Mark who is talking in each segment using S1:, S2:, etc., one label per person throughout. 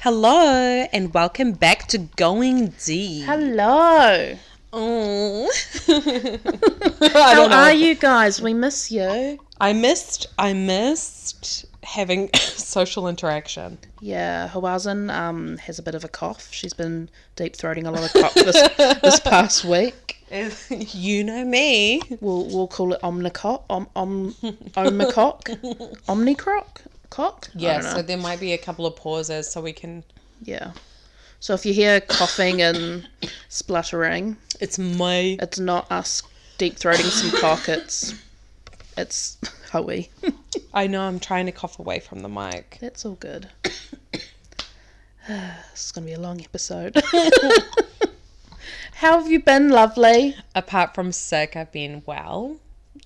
S1: Hello and welcome back to Going Deep.
S2: Hello.
S1: Oh.
S2: How
S1: I don't know.
S2: are you guys? We miss you.
S1: I missed I missed having social interaction.
S2: Yeah, Hawazin um, has a bit of a cough. She's been deep throating a lot of cough this, this past week.
S1: you know me.
S2: We'll we'll call it omnicock, om, om omnicock, omnicroc, cock. I
S1: Yeah,
S2: don't know.
S1: so there might be a couple of pauses so we can
S2: yeah. So if you hear coughing and spluttering,
S1: It's my
S2: it's not us deep throating some cock. It's it's Hoey.
S1: I know I'm trying to cough away from the mic.
S2: That's all good. this is going to be a long episode. How have you been, lovely?
S1: Apart from sick, I've been well.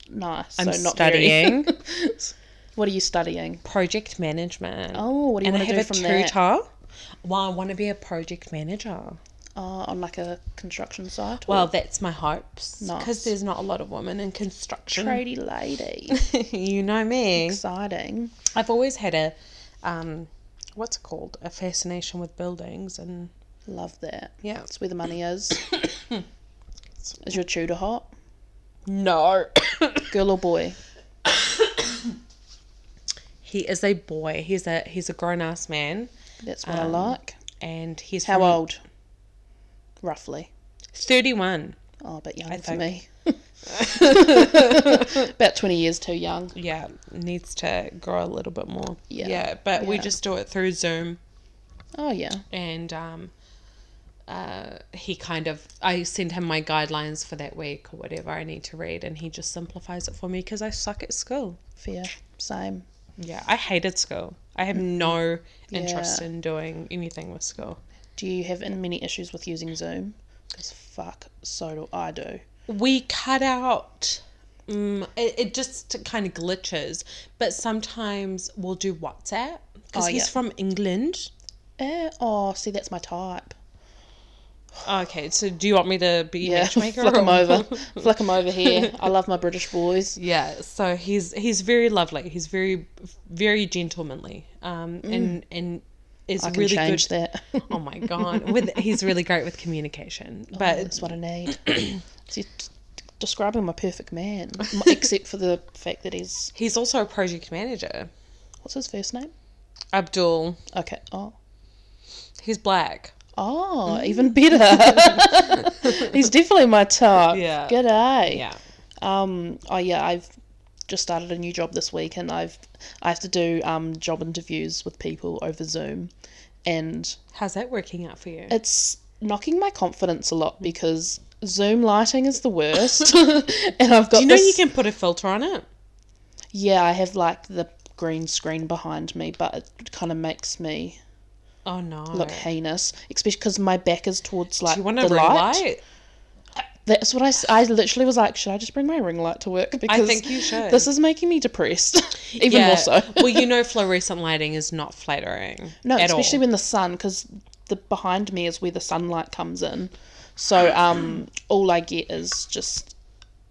S2: Nice.
S1: I'm
S2: so not very-
S1: studying
S2: what are you studying?
S1: project management.
S2: Oh, what do you
S1: and I
S2: want to do
S1: have
S2: from
S1: a
S2: there?
S1: tutor. Well, I want to be a project manager.
S2: Oh, on like a construction site?
S1: Well, that's my hopes. Because
S2: Nice.
S1: there's not a lot of women in construction.
S2: Trady lady.
S1: you know me.
S2: Exciting.
S1: I've always had a, um, what's it called? A fascination with buildings. And
S2: Love that.
S1: yeah.
S2: That's where the money is. is your tutor hot?
S1: No.
S2: Girl or boy?
S1: he is a boy. He's a he's a grown ass man.
S2: That's what I like.
S1: And he's
S2: How
S1: from
S2: old? Roughly.
S1: 31.
S2: Oh, a bit young for
S1: think-
S2: me. About 20 years too young.
S1: Yeah. Needs to grow a little bit more.
S2: Yeah,
S1: Yeah. But we
S2: yeah.
S1: just do it through Zoom.
S2: Oh, yeah.
S1: and um, uh, he kind of I send him my guidelines for that week or whatever I need to read, and he just simplifies it for me because I suck at school.
S2: Fair. Same.
S1: Yeah, I hated school. I have no interest
S2: Mm. Yeah.
S1: in doing anything with school.
S2: Do you have in- many issues with using Zoom? Because fuck, so do I do.
S1: We cut out. Um, it, it just kind of glitches, but sometimes we'll do WhatsApp because
S2: Oh,
S1: he's
S2: yeah.
S1: from England.
S2: Eh, oh, see, that's my type.
S1: Okay, so do you want me to be
S2: Yeah,
S1: matchmaker?
S2: flick them
S1: or-
S2: over. flick them over here. I love my British boys.
S1: Yeah, so he's he's very lovely. He's very very gentlemanly. Um and and is
S2: Mm. I can
S1: really good.
S2: change that. Oh,
S1: Oh my god. With he's really great with communication. But
S2: that's what I need. see, t- describing my perfect man, m- except for the fact that he's.
S1: he's also a project manager.
S2: What's his first name?
S1: Abdul.
S2: Okay. Oh.
S1: He's black.
S2: Oh,
S1: Mm.
S2: even better. he's definitely my type.
S1: Yeah.
S2: G'day.
S1: Yeah.
S2: Um. Oh yeah, I've just started a new job this week, and I've I have to do um job interviews with people over Zoom, and
S1: How's that working out for you?
S2: it's knocking my confidence a lot because Zoom lighting is the worst, and I've got
S1: you know you
S2: this-
S1: can put a filter on it.
S2: yeah, I have like the green screen behind me, but it kind of makes me
S1: Oh no.
S2: look heinous, especially because my back is towards like
S1: Do you want a
S2: the
S1: ring
S2: light.
S1: light?
S2: That's what I, s- I literally was like, should I just bring my ring light to work? Because
S1: think you should.
S2: This is making me depressed, even
S1: Yeah.
S2: more so.
S1: well, you know fluorescent lighting is not flattering.
S2: No,
S1: at
S2: especially
S1: all.
S2: when the sun, because the behind me is where the sunlight comes in. So um, all I get is just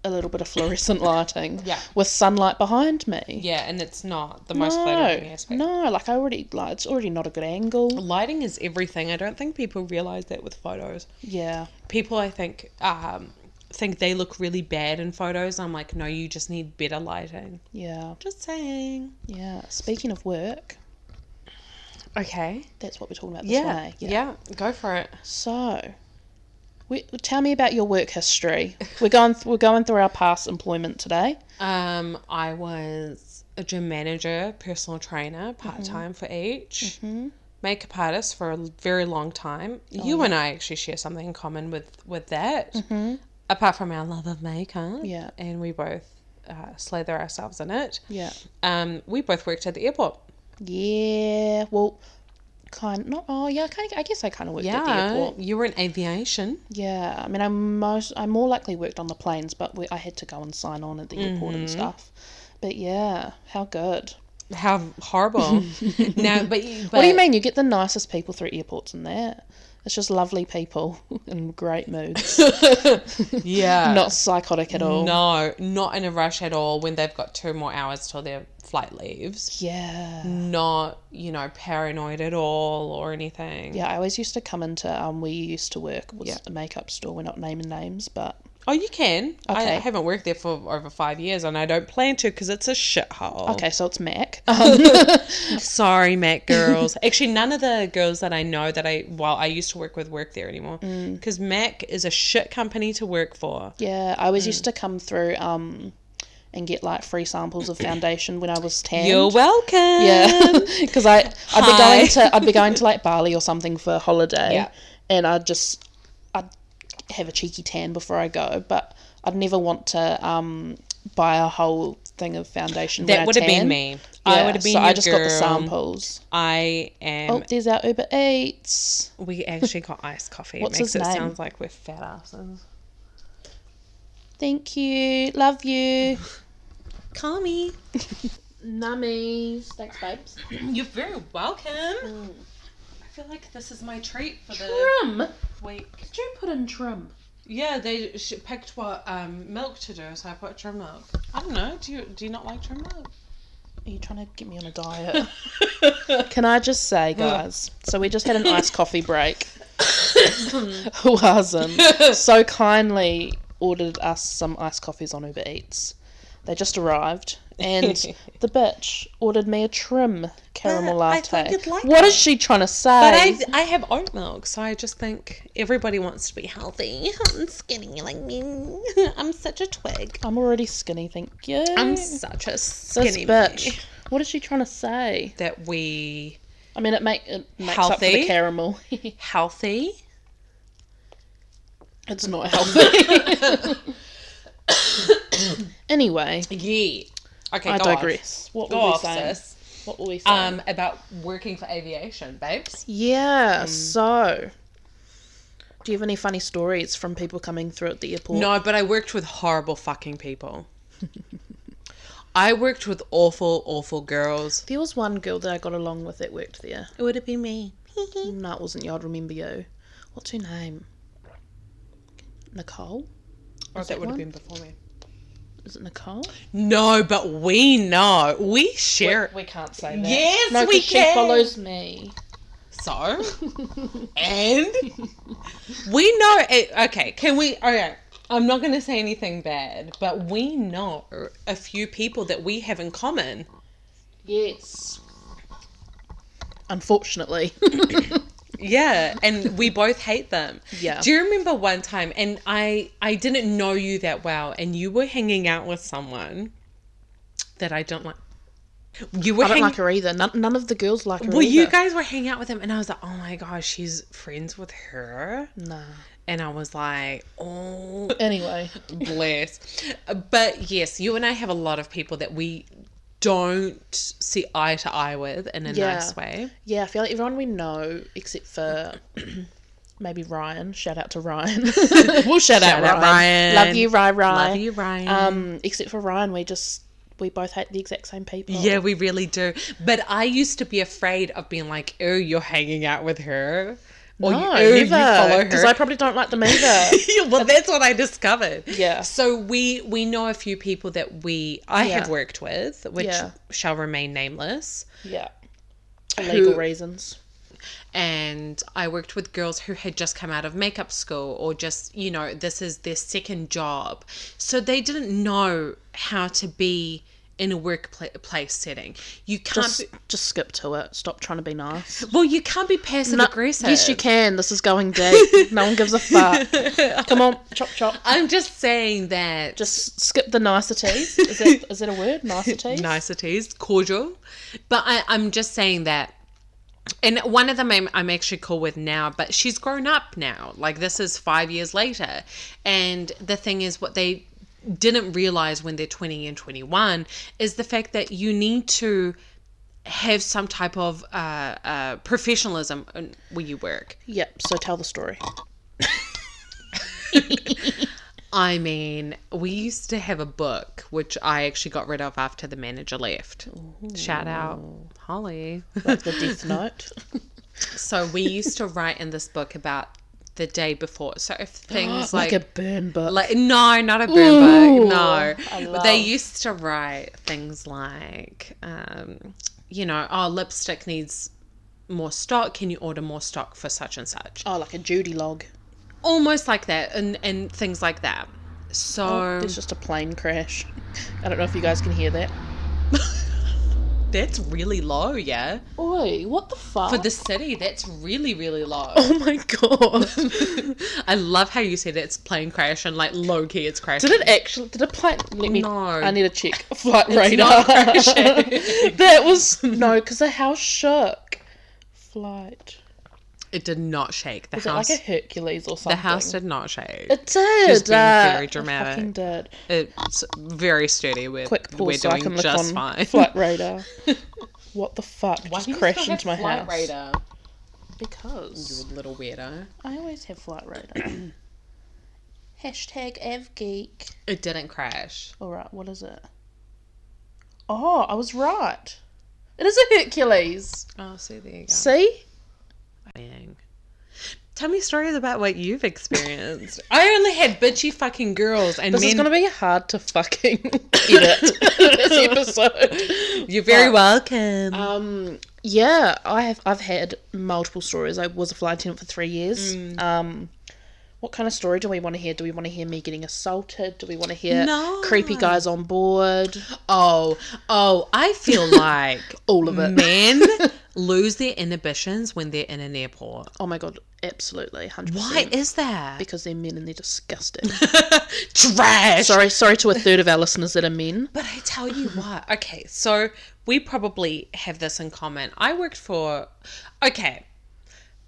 S2: a little bit of fluorescent lighting.
S1: Yeah.
S2: With sunlight behind me.
S1: Yeah, and it's not the
S2: No,
S1: most flattering aspect.
S2: no, like I already like it's already not a good angle.
S1: Lighting is everything. I don't think people realize that with photos.
S2: Yeah,
S1: People, I think, um, think they look really bad in photos. I'm like, no, you just need better lighting.
S2: yeah,
S1: Just saying.
S2: yeah. Speaking of work,
S1: Okay.
S2: that's what we're talking about this eh?
S1: Yeah.
S2: way.
S1: yeah. Go for it.
S2: So, we, tell me about your work history. We're going th- we're going through our past employment today.
S1: Um, I was a gym manager, personal trainer,
S2: Mm-hmm.
S1: part time for each. Makeup artist for a very long time.
S2: Oh,
S1: you and I actually share something in common with with that, apart from our love of makeup.
S2: Mm-hmm. Yeah.
S1: and we both uh, slather ourselves in it.
S2: Yeah.
S1: um, we both worked at the airport.
S2: Yeah. Well, kind not. Oh, yeah. I Kind of, I guess I kind of worked at the
S1: Yeah,
S2: airport.
S1: you were in aviation.
S2: Yeah. I mean, I most I more likely worked on the planes, but we, I had to go and sign on at the airport
S1: Mm-hmm.
S2: and stuff. But yeah, how good.
S1: How horrible! no, but, you, but
S2: what do you mean? You get the nicest people through airports and that. It's just lovely people in great moods.
S1: Yeah,
S2: Not psychotic at all.
S1: no, not in a rush at all. When they've got two more hours till their flight leaves.
S2: Yeah.
S1: Not, you know, paranoid at all or anything.
S2: Yeah, I always used to come into um where you used to work was
S1: Yeah.
S2: a makeup store. We're not naming names, but
S1: Oh, you can. I
S2: Okay.
S1: haven't worked there for over five years and I don't plan to because it's a shithole.
S2: okay, so it's Mac.
S1: Uh-huh. Sorry, Mac girls. Actually, none of the girls that I know that I, well, I used to work with work there anymore
S2: Mm.
S1: because Mac is a shit company to work for.
S2: yeah, I always
S1: Mm.
S2: used to come through um and get like free samples of foundation when I was tan.
S1: You're welcome.
S2: Yeah, because I I'd be
S1: Hi.
S2: going to I'd be going to like Bali or something for a holiday,
S1: Yeah.
S2: and I'd just I'd have a cheeky tan before I go, but I'd never want to um buy a whole thing of foundation. when I
S1: That would have
S2: tan.
S1: been me. I
S2: Yeah,
S1: would have been
S2: So
S1: your
S2: I just got the
S1: girl.
S2: samples.
S1: I am.
S2: Oh, there's our Uber Eats.
S1: We actually got iced coffee.
S2: What's
S1: it makes
S2: his
S1: it
S2: name?
S1: sound like we're fat asses.
S2: Thank you. Love you.
S1: Call me.
S2: Nummies. Thanks, babes.
S1: You're very welcome. I feel like this is my treat for
S2: Trim.
S1: the week.
S2: Did you put in trim?
S1: Yeah, they sh- picked what um, milk to do, so I put trim milk. I don't know. Do you do you not like trim milk?
S2: Are you trying to get me on a diet? Can I just say, guys? So we just had an iced coffee break. Who hasn't? So kindly ordered us some iced coffees on Uber Eats. They just arrived, and the bitch ordered me a trim caramel
S1: But Uh, I
S2: latte.
S1: thought you'd like
S2: What
S1: that.
S2: is she trying to say?
S1: But I I have oat milk, so I just think everybody wants to be healthy and skinny like me. I'm such a twig.
S2: am already skinny, thank you.
S1: I'm such a skinny
S2: this bitch.
S1: bitch.
S2: What is she trying to say?
S1: That we
S2: I mean, it, make, it makes up for
S1: Healthy?
S2: the caramel.
S1: healthy
S2: it's not healthy. anyway,
S1: Yeah. Okay,
S2: I
S1: go off.
S2: digress. What
S1: Go
S2: were we
S1: off,
S2: saying?
S1: sis.
S2: What were we saying?
S1: Um, about working for aviation, babes.
S2: yeah.
S1: hmm.
S2: So, do you have any funny stories from people coming through at the airport?
S1: No, but I worked with horrible fucking people. I worked with awful, awful girls.
S2: There was one girl that I got along with that worked there.
S1: It would have been me.
S2: No, it wasn't you. I'd remember you. What's her name? Nicole?
S1: or
S2: Was
S1: that
S2: it
S1: would have
S2: one?
S1: been before me.
S2: Is it Nicole?
S1: No, but we know. We share.
S2: We can't say that.
S1: Yes,
S2: no, 'cause
S1: we
S2: she
S1: can.
S2: follows me.
S1: So, and we know. It, okay, can we? Okay, I'm not going to say anything bad, but we know a few people that we have in common.
S2: Yes. Unfortunately.
S1: Yeah, and we both hate them.
S2: Yeah.
S1: Do you remember one time and I I didn't know you that well and you were hanging out with someone that I don't like. You were
S2: I don't
S1: hang-
S2: like her either. None, none of the girls like her
S1: Well, you
S2: either.
S1: guys were hanging out with him and I was like, "Oh my gosh, she's friends with her."
S2: Nah.
S1: And I was like, "Oh,
S2: Anyway.
S1: bless." But yes, you and I have a lot of people that we don't see eye to eye with in a
S2: Yeah.
S1: nice way.
S2: Yeah, I feel like everyone we know, except for maybe Ryan. Shout out to Ryan. we'll shout,
S1: Shout
S2: out,
S1: out
S2: Ryan. Love
S1: Ryan.
S2: you, Ryan. Ryan.
S1: Love you, Ryan.
S2: Um, except for Ryan, we just we both hate the exact same people.
S1: Yeah, we really do. But I used to be afraid of being like, oh, you're hanging out with her. Or
S2: No,
S1: "Oh, you follow
S2: Because
S1: her."
S2: I probably don't like them either.
S1: Yeah, well, that's what I discovered.
S2: Yeah.
S1: So we we know a few people that we I have
S2: Yeah.
S1: worked with, which
S2: Yeah.
S1: shall remain nameless.
S2: yeah. For legal
S1: Who-
S2: reasons.
S1: And I worked with girls who had just come out of makeup school or just, you know, this is their second job. So they didn't know how to be in a workplace setting. You can't
S2: Just,
S1: be,
S2: just skip to it. Stop trying to be nice.
S1: well, you can't be passive
S2: No-
S1: aggressive.
S2: yes, you can. This is going deep. no one gives a fuck. Come on, chop chop.
S1: I'm just saying that
S2: Just skip the niceties. Is that, is that a word? Niceties.
S1: niceties, cordial. But I, I'm just saying that. And one of them I'm, I'm actually cool with now, but she's grown up now. Like, this is five years later. And the thing is, what they didn't realize when they're 20 and 21 is the fact that you need to have some type of uh, uh, professionalism in- where you work.
S2: Yep. So tell the story.
S1: I mean, we used to have a book, which I actually got rid of after the manager left. Shout out, Holly.
S2: Like the Death Note.
S1: so we used to write in this book about the day before. So if things
S2: like,
S1: like,
S2: a burn book.
S1: like no, not a boom
S2: Ooh.
S1: book, no.
S2: I
S1: But they
S2: love-
S1: used to write things like, um, you know, oh, lipstick needs more stock. Can you order more stock for such and such?
S2: oh, like a Judy log.
S1: Almost like that, and and things like that. So
S2: It's just a plane crash. I don't know if you guys can hear that.
S1: that's really low, yeah.
S2: Oi, what the fuck?
S1: For the city, that's really really low.
S2: oh my god.
S1: I love how you said it's plane crash and like low key it's crashing.
S2: Did it actually? Did a plane? Let me.
S1: No.
S2: I need to check flight radar.
S1: not crashing.
S2: that was no, because the house shook. Flight.
S1: It did not shake. The
S2: Is it like
S1: house.
S2: a Hercules or something?
S1: the house did not shake.
S2: It did.
S1: Just being
S2: uh,
S1: very
S2: it
S1: dramatic.
S2: fucking did.
S1: It's very sturdy. We're,
S2: Quick pause
S1: we're
S2: so I can
S1: doing
S2: look
S1: just
S2: on
S1: fine.
S2: flight radar. What the fuck just crashed into my house? Because
S1: little weirdo.
S2: I always have flight radar. Hashtag avgeek.
S1: It didn't crash.
S2: All right, what is it? Oh, I was right. It is a Hercules.
S1: Oh, see, there you go.
S2: See?
S1: Bang. Tell me stories about what you've experienced. I only had bitchy fucking girls and
S2: This
S1: men.
S2: is going to be hard to fucking edit this episode.
S1: You're very welcome.
S2: Um, yeah, I have. I've had multiple stories. I was a flight attendant for three years.
S1: Mm.
S2: Um, what kind of story do we want to hear? Do we want to hear me getting assaulted? Do we want to hear
S1: No.
S2: creepy guys on board?
S1: oh, oh, I feel like
S2: All of it.
S1: men lose their inhibitions when they're in an airport.
S2: Oh my god, absolutely, hundred
S1: Why
S2: percent.
S1: is that?
S2: Because they're men and they're disgusting.
S1: Trash.
S2: sorry, sorry to a third of our listeners that are men.
S1: But I tell you what. Okay, so we probably have this in common. I worked for. Okay,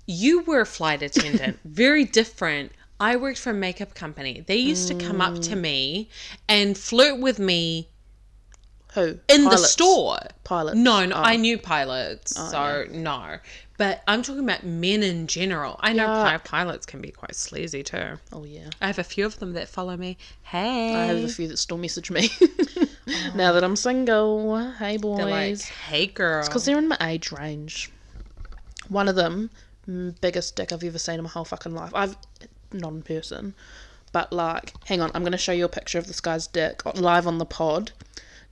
S1: you were a flight attendant, very different. I worked for a makeup company. They used to come up
S2: Mm.
S1: to me and flirt with me
S2: Who
S1: in the
S2: Pilots. Oh.
S1: store.
S2: Pilots.
S1: No, no I knew pilots, so no. But I'm talking about men in general. I know pi- pilots can be quite sleazy too.
S2: Oh yeah.
S1: I have a few of them that follow me. Hey.
S2: I have a few that still message me now that I'm single. Hey boys.
S1: Oh. They're like, hey girl.
S2: Because they're in my age range. One of them, mm, biggest dick I've ever seen in my whole fucking life. I've not in person, but like, hang on, I'm gonna show you a picture of this guy's dick on, live on the pod,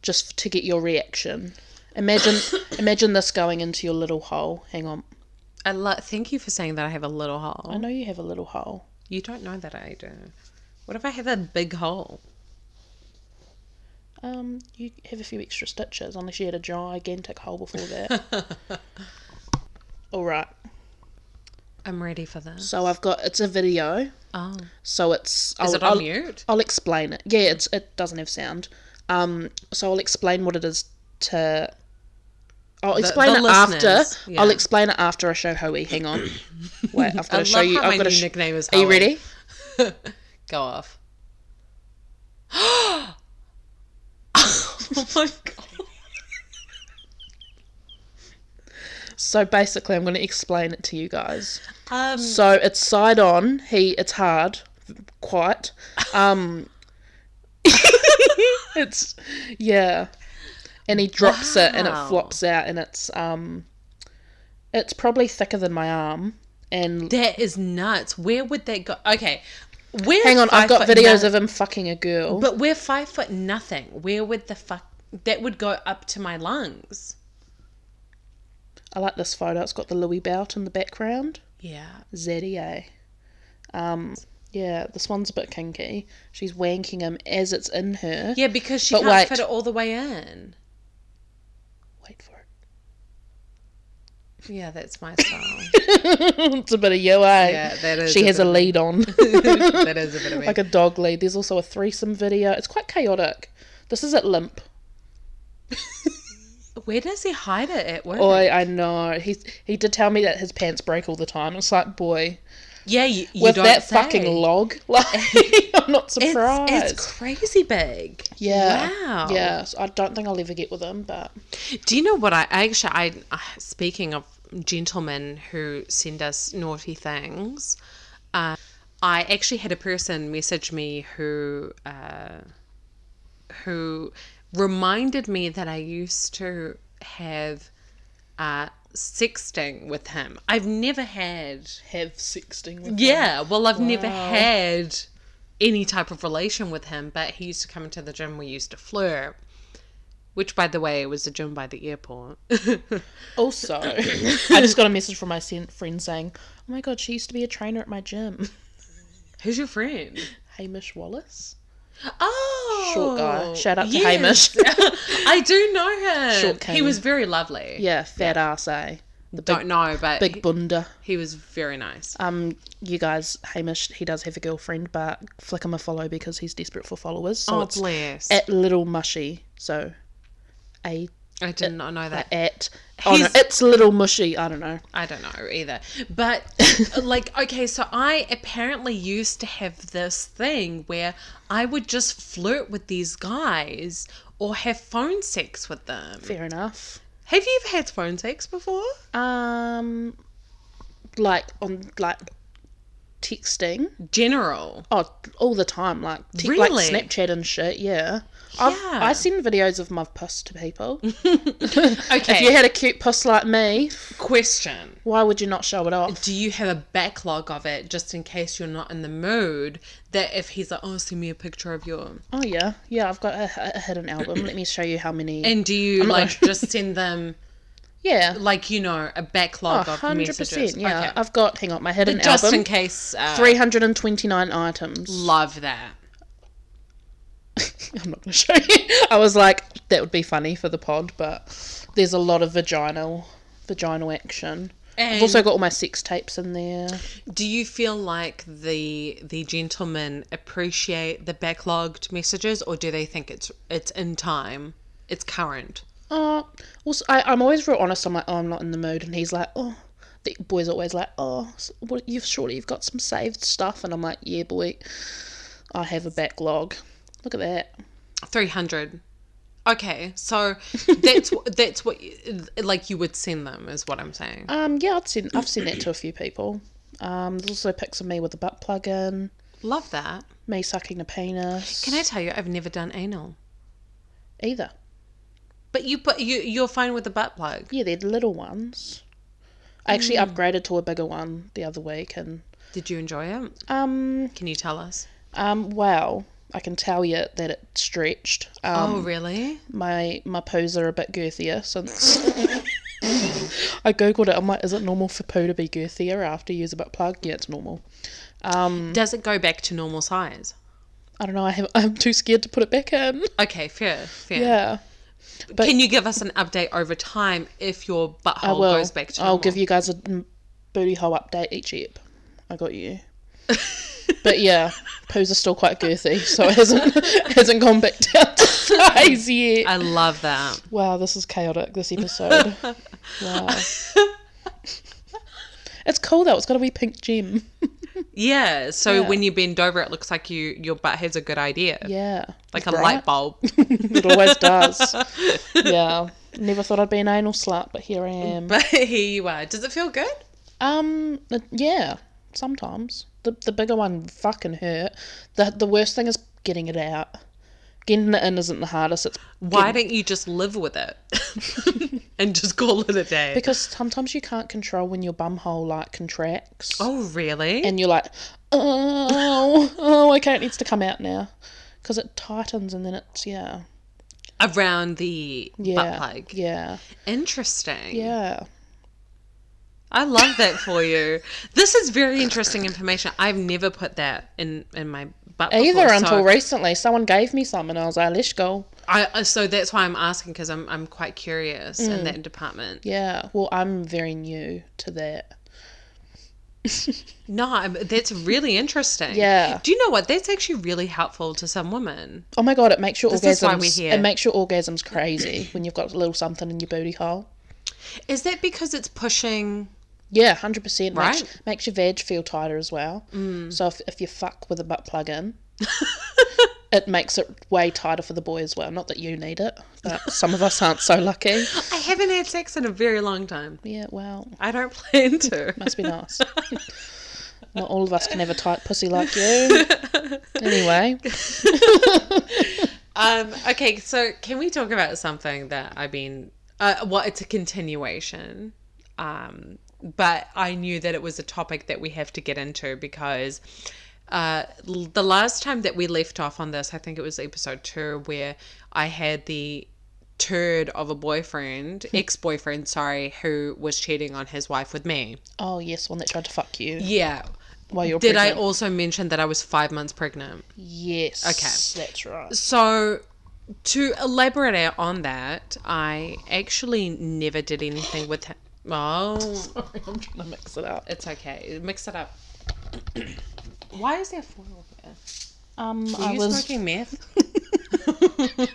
S2: just to get your reaction. Imagine, imagine this going into your little hole. Hang on,
S1: I lo- thank you for saying that I have a little
S2: I
S1: hole.
S2: know you have a little hole.
S1: You don't know that I do. What if I have a big hole?
S2: Um, you have a few extra stitches, unless you had a gigantic hole before that. All right,
S1: I'm ready for this.
S2: so I've got it's a video,
S1: Oh,
S2: so it's
S1: is
S2: I'll-
S1: it on
S2: I'll-
S1: mute?
S2: I'll explain it. Yeah, it's it doesn't have sound. Um, so I'll explain what it is to. I'll explain
S1: the
S2: it after.
S1: listeners,
S2: I'll
S1: yeah.
S2: explain it after I show Hoey. Hang on. Wait, I've got
S1: I
S2: to show
S1: love
S2: you.
S1: how my
S2: I've got to.
S1: new
S2: Sh-
S1: nickname is.
S2: are you
S1: Howie.
S2: ready?
S1: Go off. oh my god!
S2: So basically, I'm going to explain it to you guys.
S1: Um,
S2: So it's side on. He. It's hard. Quite. Um. it's yeah, and he drops it and it
S1: Wow.
S2: flops out and it's um, it's probably thicker than my arm and
S1: that is nuts. Where would they go? Okay, we're
S2: Hang on, I've
S1: five
S2: got
S1: foot
S2: videos
S1: no-
S2: of him fucking a girl.
S1: But we're five foot nothing. Where would the fuck that would go up to my lungs?
S2: I like this photo. It's got the Louis Bout in the background.
S1: Yeah.
S2: ZEA. Um, yeah, this one's a bit kinky. She's wanking him as it's in her.
S1: Yeah, because she
S2: But
S1: can't
S2: wait.
S1: fit it all the way in.
S2: Wait for it.
S1: Yeah, that's my style.
S2: it's a bit of yo, eh?
S1: yeah, that is.
S2: she has a lead on,
S1: that is a bit of a
S2: like a dog lead. There's also a threesome video. It's quite chaotic. This is at Limp.
S1: Where does he hide it at work?
S2: Boy, I know. He he did tell me that his pants break all the time. It's like, boy,
S1: yeah, you, you
S2: with
S1: don't
S2: that
S1: say.
S2: fucking log, like, I'm not surprised.
S1: It's, it's crazy big.
S2: Yeah.
S1: Wow.
S2: Yeah. So I don't think I'll ever get with him, but
S1: Do you know what I actually? I I- speaking of gentlemen who send us naughty things, uh, I actually had a person message me who uh, who reminded me that I used to have uh, sexting with him. I've never had.
S2: Have sexting with
S1: Yeah, well, I've never
S2: Wow.
S1: had any type of relation with him, but he used to come into the gym. We used to flirt, which, by the way, was a gym by the airport.
S2: Also, I just got a message from my sen- friend saying, "Oh my god, she used to be a trainer at my gym."
S1: Who's your friend?
S2: Hamish Wallace,
S1: Oh,
S2: short guy. Shout out to
S1: yes.
S2: Hamish.
S1: I do know him.
S2: Short
S1: he
S2: king.
S1: was very lovely.
S2: yeah, fat ass, eh? The big,
S1: Don't know, but
S2: big
S1: he,
S2: bunda.
S1: he was very nice.
S2: Um, you guys, Hamish, he does have a girlfriend, but flick him a follow because he's desperate for followers. So
S1: oh,
S2: it's
S1: bless.
S2: at little mushy. So, a
S1: I did not know that.
S2: at oh no,
S1: He's-
S2: it's little mushy. I don't know.
S1: I don't know either. But like, okay, so I apparently used to have this thing where I would just flirt with these guys or have phone sex with them.
S2: Fair enough.
S1: Have you ever had phone sex before?
S2: Um, like on like texting.
S1: General.
S2: Oh, all the time, like te- like
S1: Really?
S2: Snapchat and shit. Yeah, I've,
S1: Yeah.
S2: I send videos of my puss to people. If
S1: Okay.
S2: you had a cute puss like me,
S1: question.
S2: why would you not show it off?
S1: Do you have a backlog of it just in case you're not in the mood that if he's like, oh, send me a picture of your.
S2: Oh yeah, yeah. I've got a, a hidden album. Let me show you how many.
S1: And do you
S2: not
S1: like just send them
S2: yeah, Oh,
S1: like, you know, a backlog of
S2: hundred
S1: messages?
S2: percent. Yeah,
S1: Okay.
S2: I've got. Hang on, my hidden
S1: Just in
S2: album.
S1: case. Uh,
S2: Three hundred and twenty nine items.
S1: Love that.
S2: I'm not gonna show you. I was like, that would be funny for the pod, but there's a lot of vaginal, vaginal action.
S1: And
S2: I've also got all my sex tapes in there.
S1: do you feel like the the gentlemen appreciate the backlogged messages, or do they think it's it's in time, it's current?
S2: oh, also, I, I'm always real honest. I'm like, oh, I'm not in the mood, and he's like, oh, the boy's always like, oh, s- what, you've surely you've got some saved stuff, and I'm like, yeah, boy, I have a backlog. Look at that.
S1: Three hundred. Okay, so that's wh- that's what you- like you would send them is what I'm saying.
S2: Um, yeah, I'd seen, I've seen that to a few people. Um, there's also pics of me with a butt plug in,
S1: Love that.
S2: me sucking a penis.
S1: Can I tell you, I've never done anal,
S2: Either.
S1: but you put you you're fine with the butt plug.
S2: Yeah, they're little ones. I actually
S1: Mm.
S2: upgraded to a bigger one the other week, and
S1: Did you enjoy it?
S2: um,
S1: Can you tell us?
S2: um, wow, I can tell you that it stretched. Um,
S1: oh really?
S2: my my poos are a bit girthier since I googled it. I'm like, is it normal for poo to be girthier after you use a butt plug? Yeah, it's normal.
S1: Does it go back to normal size?
S2: I don't know. I have, I'm too scared to put it back in.
S1: Okay, fair, fair.
S2: Yeah, But-
S1: Can you give us an update over time if your
S2: I
S1: butthole
S2: will.
S1: goes back to normal?
S2: I'll give you guys a mm, booty hole update each ep. I got you. but yeah, poos are still quite girthy, so it hasn't hasn't gone back down to size yet.
S1: I love that.
S2: Wow, this is chaotic, this episode. wow. it's cool though, it's got a wee pink gem.
S1: Yeah. So
S2: Yeah.
S1: when you bend over, it looks like you your butt has a good idea,
S2: Yeah.
S1: like a
S2: It's
S1: light
S2: bright.
S1: bulb.
S2: It always does. yeah. Never thought I'd be an anal slut, but here I am.
S1: but here you are. Does it feel good?
S2: Um uh, yeah, sometimes. The the bigger one fucking hurt. The the worst thing is getting it out. Getting it in isn't the hardest. It's
S1: Why don't you just live with it and just call it a day?
S2: because sometimes you can't control when your bum hole like contracts.
S1: oh, really?
S2: and you're like, oh, oh, okay, it needs to come out now, because it tightens and then it's yeah,
S1: Around the
S2: yeah,
S1: butt Mm. plug.
S2: yeah,
S1: Interesting.
S2: yeah.
S1: I love that for you. This is very interesting information. I've never put that in in my butt
S2: Either
S1: before, so-
S2: until recently, someone gave me some and I was like, let's go.
S1: I uh, so that's why I'm asking because I'm I'm quite curious in that department.
S2: Yeah, well, I'm very new to that.
S1: No, I'm, that's really interesting.
S2: Yeah.
S1: Do you know what? That's actually really helpful to some women.
S2: Oh my god, it makes your
S1: is why
S2: orgasms.
S1: we're here.
S2: It makes your orgasms crazy when you've got a little something in your booty hole.
S1: Is that because it's pushing?
S2: Yeah, hundred percent. Makes,
S1: Right?
S2: makes your veg feel tighter as well. Mm. So if if you fuck with a butt plug in, it makes it way tighter for the boy as well. Not that you need it, but some of us aren't so lucky.
S1: I haven't had sex in a very long time.
S2: Yeah, well,
S1: I don't plan to.
S2: must be nice. Not all of us can have a tight pussy like you. Anyway,
S1: Um. Okay. So can we talk about something that I've been? Uh. Well, it's a continuation Um, but I knew that it was a topic that we have to get into because uh, l- the last time that we left off on this, I think it was episode two, where I had the turd of a boyfriend, ex boyfriend, sorry, who was cheating on his wife with me.
S2: Oh yes, one that tried to fuck you
S1: Yeah.
S2: while you're
S1: Did I
S2: pregnant.
S1: also mention that I was five months pregnant?
S2: Yes. Okay. That's right.
S1: So, to elaborate out on that, I actually never did anything with him. Oh,
S2: Sorry, I'm trying to mix it up.
S1: it's okay. Mix it up. Why is there foil there?
S2: Um,
S1: Are
S2: I
S1: you
S2: was
S1: smoking meth?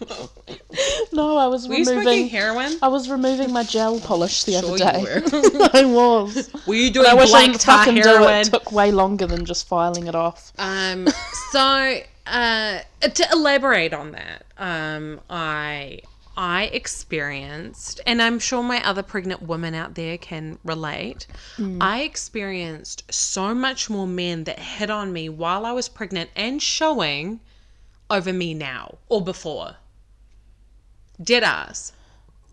S2: no, I was
S1: Were you smoking
S2: removing.
S1: heroin?
S2: I was removing my gel polish the
S1: Sure
S2: other
S1: you
S2: day.
S1: were.
S2: I was.
S1: Were you doing
S2: I wish I
S1: black
S2: could
S1: tar
S2: fucking do
S1: heroin?
S2: it. Took way longer than just filing it off.
S1: Um, so uh, to elaborate on that, um, I I experienced, and I'm sure my other pregnant women out there can relate.
S2: Mm.
S1: I experienced so much more men that hit on me while I was pregnant and showing over me now or before. Dead ass.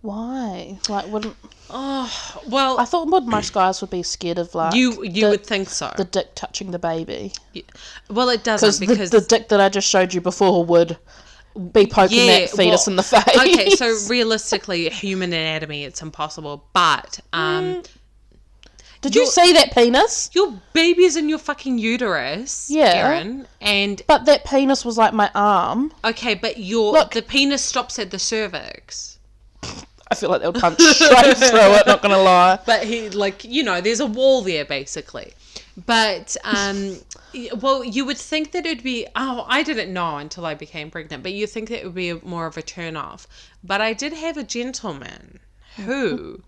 S2: Why? Like, wouldn't
S1: Oh well,
S2: I thought would most guys would be scared of like
S1: you you
S2: the,
S1: would think so.
S2: the dick touching the baby
S1: well, it
S2: because
S1: doesn't
S2: the,
S1: because
S2: the dick that I just showed you before would be poking
S1: Yeah,
S2: that fetus
S1: well,
S2: in the face.
S1: okay so realistically human anatomy it's impossible but um
S2: did you see that penis?
S1: your baby is in your fucking uterus
S2: Yeah.
S1: Erin, and
S2: But that penis was like my arm.
S1: okay but your
S2: Look.
S1: the penis stops at the cervix
S2: I feel like they'll punch straight through it. Not gonna lie.
S1: but he like you know there's a wall there basically but um y- well you would think that it'd be oh i didn't know until i became pregnant but you think that it would be a, more of a turn off but i did have a gentleman who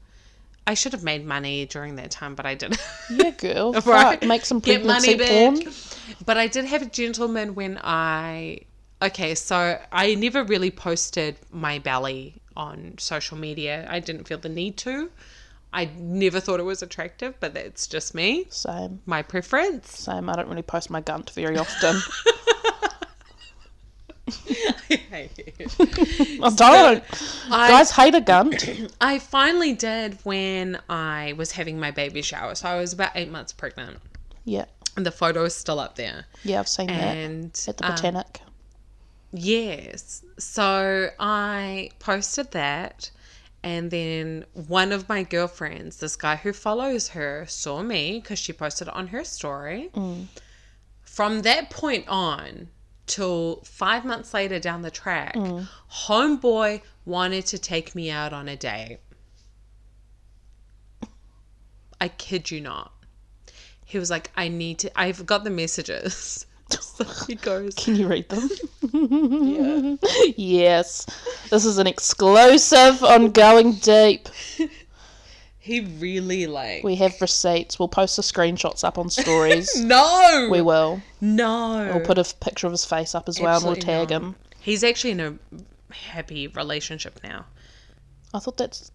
S1: i should have made money during that time but i didn't
S2: Yeah, girl.
S1: Right.
S2: Fuck, make some
S1: Get
S2: pregnancy
S1: money back.
S2: porn.
S1: But I did have a gentleman when I okay, so I never really posted my belly on social media. I didn't feel the need to. I never thought it was attractive, but that's just me,
S2: Same,
S1: my preference.
S2: same. I don't really post my gunt very often.
S1: I
S2: I don't. Guys hate a gunt.
S1: I finally did when I was having my baby shower. So I was about eight months pregnant,
S2: Yeah,
S1: and the photo is still up there.
S2: yeah. I've seen that
S1: And
S2: at the
S1: um,
S2: Botanic.
S1: Yes. So I posted that, and then one of my girlfriends, this guy who follows her, saw me because she posted it on her story. From that point on, till five months later down the track, homeboy wanted to take me out on a date. I kid you not. He was like, I need to, I've got the messages. so he goes,
S2: Can you read them? yes. This is an exclusive on Going Deep.
S1: He really like
S2: We have receipts. We'll post the screenshots up on stories.
S1: no,
S2: we will.
S1: no.
S2: We'll put a f- picture of his face up as well
S1: Absolutely
S2: and we'll tag
S1: not.
S2: him.
S1: He's actually in a happy relationship now.
S2: I thought that's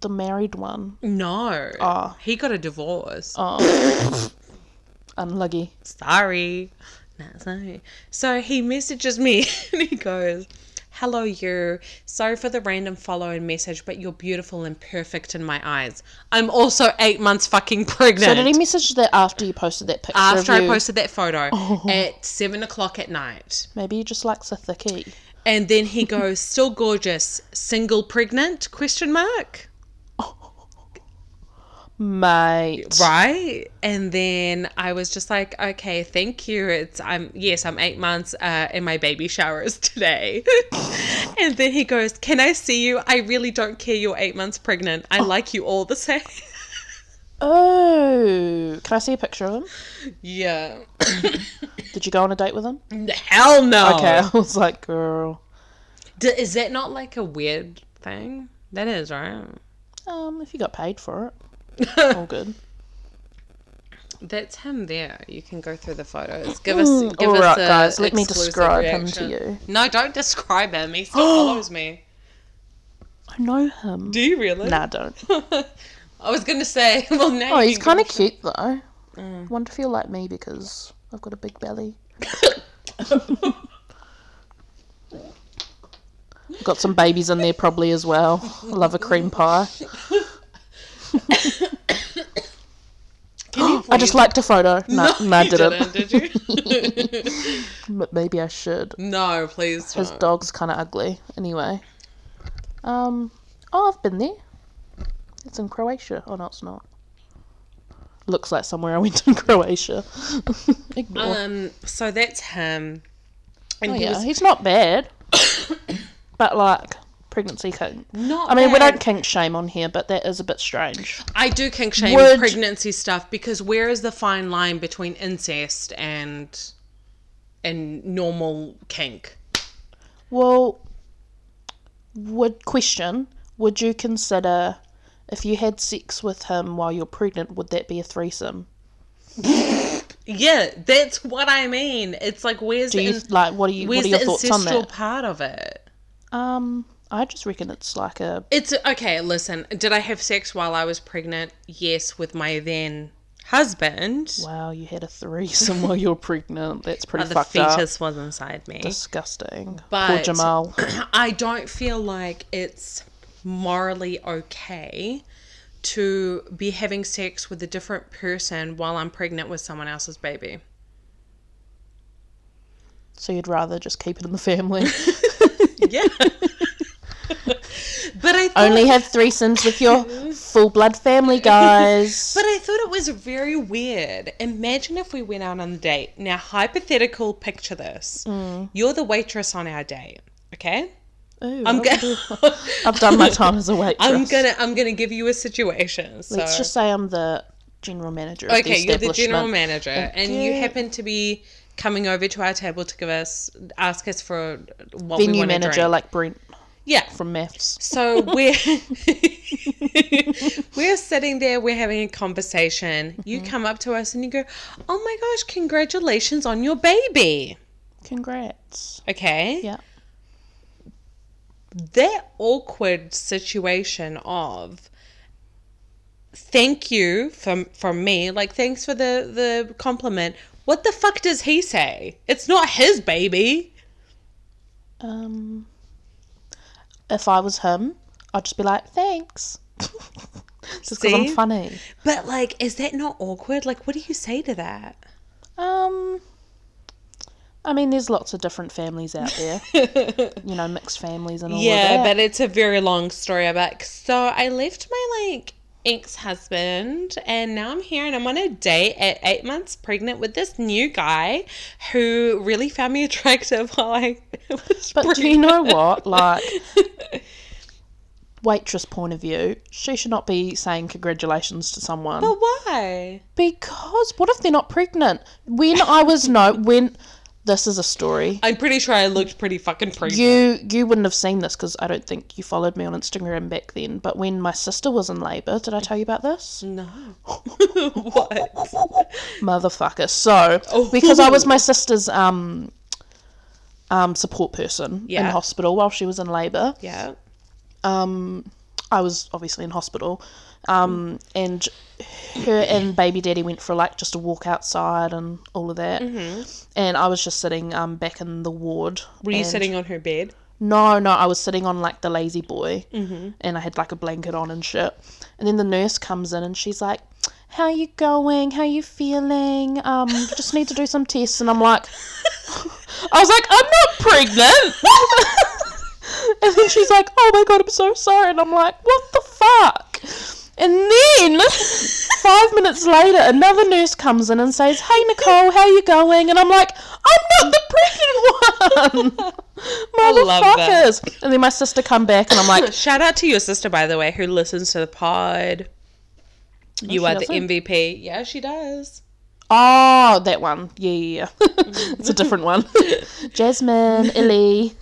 S2: the married one.
S1: No,
S2: Ah.
S1: he got a divorce.
S2: Oh. Unlucky.
S1: Sorry, no, sorry. So he messages me and he goes. Hello, you. Sorry for the random follow and message, but you're beautiful and perfect in my eyes. I'm also eight months fucking pregnant.
S2: So did he message that after you posted that picture?
S1: after
S2: of
S1: I
S2: you? Oh.
S1: posted that photo at seven o'clock at night.
S2: Maybe he just likes a thickie.
S1: And then he goes, "Still gorgeous, single, pregnant?" Question mark.
S2: Mate.
S1: Right. And then I was just like, "Okay, thank you. It's I'm yes, I'm eight months, uh, and my baby shower is today." and then he goes, "Can I see you? I really don't care. You're eight months pregnant. I like you all the same."
S2: Oh. Can I see a picture of him?
S1: Yeah.
S2: Did you go on a date with him?
S1: Hell no.
S2: Okay. I was like, girl.
S1: D- is that not like a weird thing? That is right.
S2: Um, if you got paid for it, all good.
S1: That's him there. You can go through the photos. Give us, give
S2: all
S1: us
S2: right,
S1: a
S2: Mm, guys. Let me
S1: exclusive
S2: describe
S1: reaction.
S2: him to you.
S1: No, don't describe him. He still follows me.
S2: I know him.
S1: Do you really?
S2: Nah, don't.
S1: I was gonna say. Well, now
S2: Oh,
S1: you
S2: he's
S1: can
S2: kind of cute though. Want to feel like me because I've got a big belly. got some babies in there probably as well. I love a cream pie. I just liked a photo. No, no, I
S1: you
S2: didn't.
S1: didn't, did you?
S2: M- Maybe I should.
S1: no, please
S2: His
S1: don't.
S2: dog's kind of ugly. Anyway. Um. Oh, I've been there. It's in Croatia. Oh no, it's not. Looks like somewhere I went in Croatia. Ignore.
S1: Um, so that's him. And
S2: Oh,
S1: he
S2: yeah,
S1: was
S2: he's not bad. but like pregnancy kink.
S1: not.
S2: I mean, we
S1: bad.
S2: don't kink shame on here, but that is a bit strange.
S1: I do kink shame
S2: Would-
S1: pregnancy stuff because where is the fine line between incest and and normal kink?
S2: Well, would question, would you consider if you had sex with him while you're pregnant, would that be a threesome?
S1: Yeah, that's what I mean. It's like where's
S2: Do
S1: the
S2: you
S1: in-
S2: like what are you
S1: where's
S2: what are your
S1: the
S2: thoughts on
S1: ancestral
S2: that?
S1: part of it?
S2: Um I just reckon it's like a
S1: It's okay. Listen, did I have sex while I was pregnant? Yes, with my then husband.
S2: wow, you had a threesome while you're pregnant. That's pretty
S1: The
S2: fucked up.
S1: fetus was inside me.
S2: Disgusting. Poor
S1: But-
S2: Jamal.
S1: I don't feel like it's morally okay to be having sex with a different person while I'm pregnant with someone else's baby.
S2: So you'd rather just keep it in the family.
S1: Yeah. but I thought,
S2: Only have threesomes with your full blood family guys.
S1: but I thought it was very weird. Imagine if we went out on a date. Now hypothetical picture this.
S2: Mm.
S1: You're the waitress on our date, okay?
S2: Ooh,
S1: I'm
S2: I've-
S1: going
S2: I've done my time as a waitress.
S1: I'm going to I'm going to give you a situation. So
S2: Let's just say I'm the general manager. Of
S1: Okay,
S2: the
S1: you're the general
S2: establishment.
S1: manager, and you
S2: you.
S1: happen to be coming over to our table to give us, ask us for what we
S2: venue
S1: want
S2: manager,
S1: to drink.
S2: like Brent
S1: yeah.
S2: from Maths.
S1: So we're we're sitting there, we're having a conversation. You come up to us and you go, "Oh my gosh, congratulations on your baby."
S2: Congrats.
S1: Okay.
S2: Yeah.
S1: That awkward situation of thank you from from me like thanks for the the compliment what the fuck does he say it's not his baby
S2: Um, if I was him, I'd just be like, thanks. just because I'm
S1: See?
S2: funny.
S1: but like is that not awkward like what do you say to that
S2: Um, I mean, there's lots of different families out there. you know, mixed families and all
S1: yeah
S2: of that.
S1: but it's a very long story about so i left my like ex-husband and now i'm here and i'm on a date at eight months pregnant with this new guy who really found me attractive while i was
S2: But do you know what? Like, waitress point of view, she should not be saying congratulations to someone.
S1: But why
S2: Because what if they're not pregnant? When I was no when this is a story.
S1: i'm pretty sure i looked pretty fucking pregnant
S2: You you wouldn't have seen this because I don't think you followed me on Instagram back then. But when my sister was in labour, did I tell you about this?
S1: no what
S2: Motherfucker. So because I was my sister's um um support person in
S1: Yeah.
S2: hospital while she was in labour.
S1: yeah
S2: um, I was obviously in hospital, um, and her and baby daddy went for like just a walk outside and all of that. And I was just sitting um, back in the ward.
S1: Mm-hmm. were you sitting on her bed
S2: No, no, I was sitting on like the lazy boy, mm-hmm. and I had like a blanket on and shit. And then the nurse comes in and she's like, "How you going? How you feeling? Um, just need to do some tests." And I'm like, I was like, "I'm not pregnant." and then she's like, "Oh my god, I'm so sorry." And I'm like, "What the fuck?" And then five minutes later, another nurse comes in and says, "Hey Nicole, how you going?" And I'm like, "I'm not the pregnant one."
S1: love that.
S2: Motherfuckers! And then my sister come back and I'm like,
S1: Oh, shout out to your sister by the way who listens to the pod you
S2: Oh, she
S1: are the
S2: doesn't.
S1: mvp yeah she does
S2: "Oh, that one, yeah, yeah, yeah. it's a different one." Jasmine, Illy,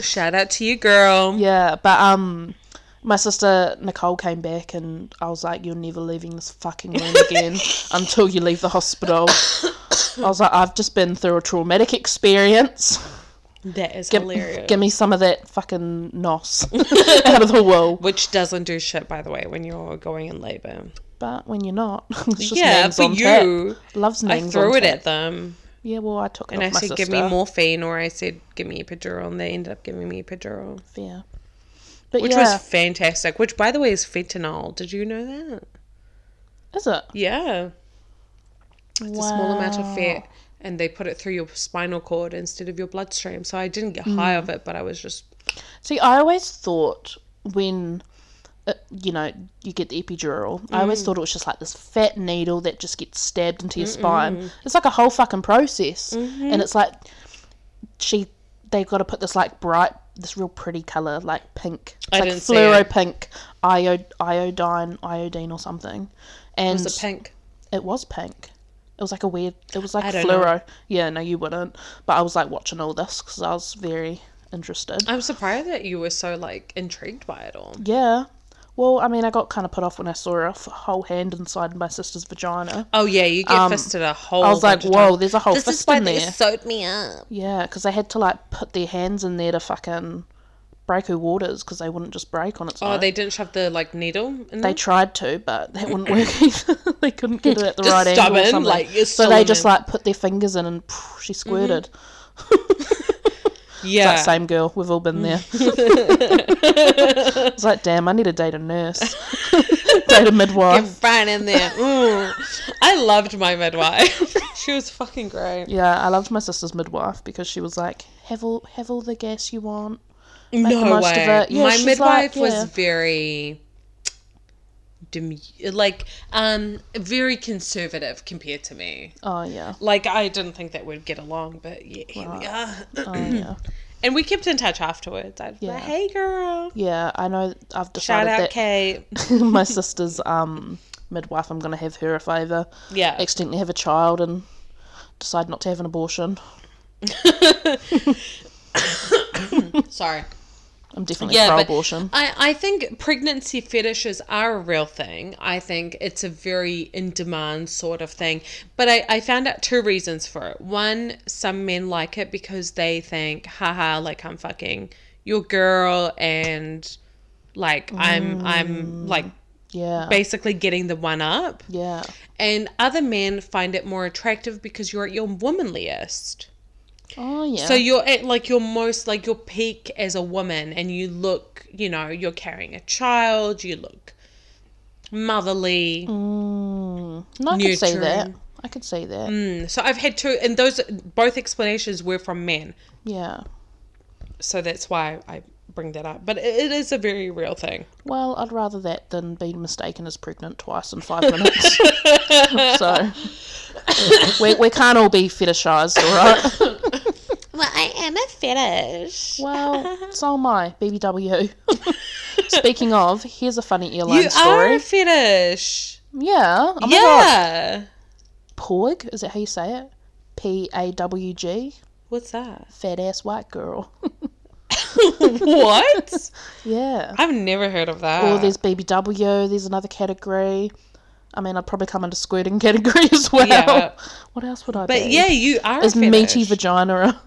S1: Shout out to you, girl.
S2: yeah. But um, my sister Nicole came back and I was like, "You're never leaving this fucking room again until you leave the hospital." I was like, "I've just been through a traumatic experience.
S1: That is hilarious.
S2: Give me some of that fucking nos out of the wall."
S1: Which doesn't do shit, by the way, when you're going in labor.
S2: But when you're not, it's just
S1: yeah,
S2: names
S1: but
S2: on tap.
S1: you,
S2: loves
S1: I
S2: names.
S1: threw
S2: on
S1: it
S2: tap.
S1: at them,
S2: Yeah, well, I took it
S1: and I
S2: off my
S1: said,
S2: sister.
S1: "Give me morphine," or I said, "Give me epidural," and they ended up giving me epidural.
S2: Yeah. But
S1: which
S2: yeah,
S1: was fantastic. Which, by the way, is fentanyl. Did you know that?
S2: is it?
S1: Yeah. It's a small amount of
S2: Wow.
S1: fat, and they put it through your spinal cord instead of your bloodstream. So I didn't get high
S2: Mm.
S1: of it, but I was just
S2: See, I always thought when, uh, you know, you get the epidural, I
S1: Mm.
S2: always thought it was just like this fat needle that just gets stabbed into your spine. It's like a whole fucking process,
S1: Mm-hmm.
S2: and it's like she they've got to put this like bright, this real pretty color, like pink, it's
S1: I
S2: like
S1: didn't see it.
S2: fluoro pink, iod- iodine, iodine or something, and
S1: it was a pink.
S2: it was pink. It was like a weird. It was like
S1: I don't know.
S2: fluoro. Yeah, no, you wouldn't. But I was like watching all this because I was very interested.
S1: I'm surprised that you were so like intrigued by it all.
S2: Yeah. Well, I mean, I got kind of put off when I saw a f- whole hand inside my sister's vagina.
S1: Oh yeah, you get fisted a whole.
S2: Um, I was like,
S1: bunch of
S2: whoa,
S1: times.
S2: there's a whole fist in there.
S1: sewed me up.
S2: Yeah, because they had to like put their hands in there to fucking break her waters because they wouldn't just break on its
S1: Oh,
S2: own.
S1: they didn't shove the like needle in
S2: They
S1: there.
S2: tried to, but that wouldn't work either. they couldn't get it at the right angle.
S1: stubborn,
S2: or something.
S1: like, you're
S2: so they
S1: stubborn.
S2: just like put their fingers in and phew, she squirted.
S1: yeah,
S2: That same girl, we've all been there. it's like, damn, I need to date a nurse, date a midwife.
S1: right in there. Mm. I loved my midwife. she was fucking great.
S2: Yeah, I loved my sister's midwife because she was like, "Have all, have all the gas you want." the
S1: no
S2: most of
S1: way.
S2: it. Yeah,
S1: my
S2: she's
S1: midwife
S2: like, yeah.
S1: was very dem- like um very conservative compared to me.
S2: Oh yeah,
S1: Like I didn't think that we'd get along, but yeah, here we are.
S2: oh yeah,
S1: And we kept in touch afterwards. I'd be like,
S2: Yeah.
S1: "Hey, girl."
S2: yeah. I know. I've
S1: Shout
S2: decided
S1: out
S2: that
S1: Kate.
S2: my sister's um midwife. I'm gonna have her if I ever
S1: Yeah.
S2: accidentally have a child and decide not to have an abortion.
S1: Sorry.
S2: I'm definitely
S1: Yeah,
S2: pro
S1: but
S2: abortion.
S1: I, I think pregnancy fetishes are a real thing. I think it's a very in demand sort of thing. But I, I found out two reasons for it. One, some men like it because they think, haha, like I'm fucking your girl and like I'm I'm like
S2: Yeah,
S1: basically getting the one up.
S2: yeah.
S1: And other men find it more attractive because you're at your womanliest.
S2: Oh yeah.
S1: So you're at like your most like your peak as a woman, and you look, you know, you're carrying a child, you look motherly.
S2: mm, no, I could see that.
S1: Nurturing.
S2: I could see that.
S1: Mm, So I've had two, and those both explanations were from men.
S2: Yeah.
S1: So that's why I bring that up. But it, it is a very real thing.
S2: Well, I'd rather that than be mistaken as pregnant twice in five minutes. so we, we can't all be fetishized, all right?
S1: Well, I am a fetish.
S2: Well, so am I, BBW. Speaking of, here's a funny airline
S1: You
S2: story.
S1: are a fetish.
S2: Yeah. Oh my god.
S1: yeah.
S2: Pawg, is that how you say it? P A W G.
S1: What's that?
S2: Fat ass white girl.
S1: what?
S2: yeah.
S1: I've never heard of that.
S2: Or there's BBW, there's another category. I mean, I'd probably come under squirting category as well.
S1: Yeah.
S2: What else would I be?
S1: But yeah, you are.
S2: Is
S1: a fetish.
S2: meaty vagina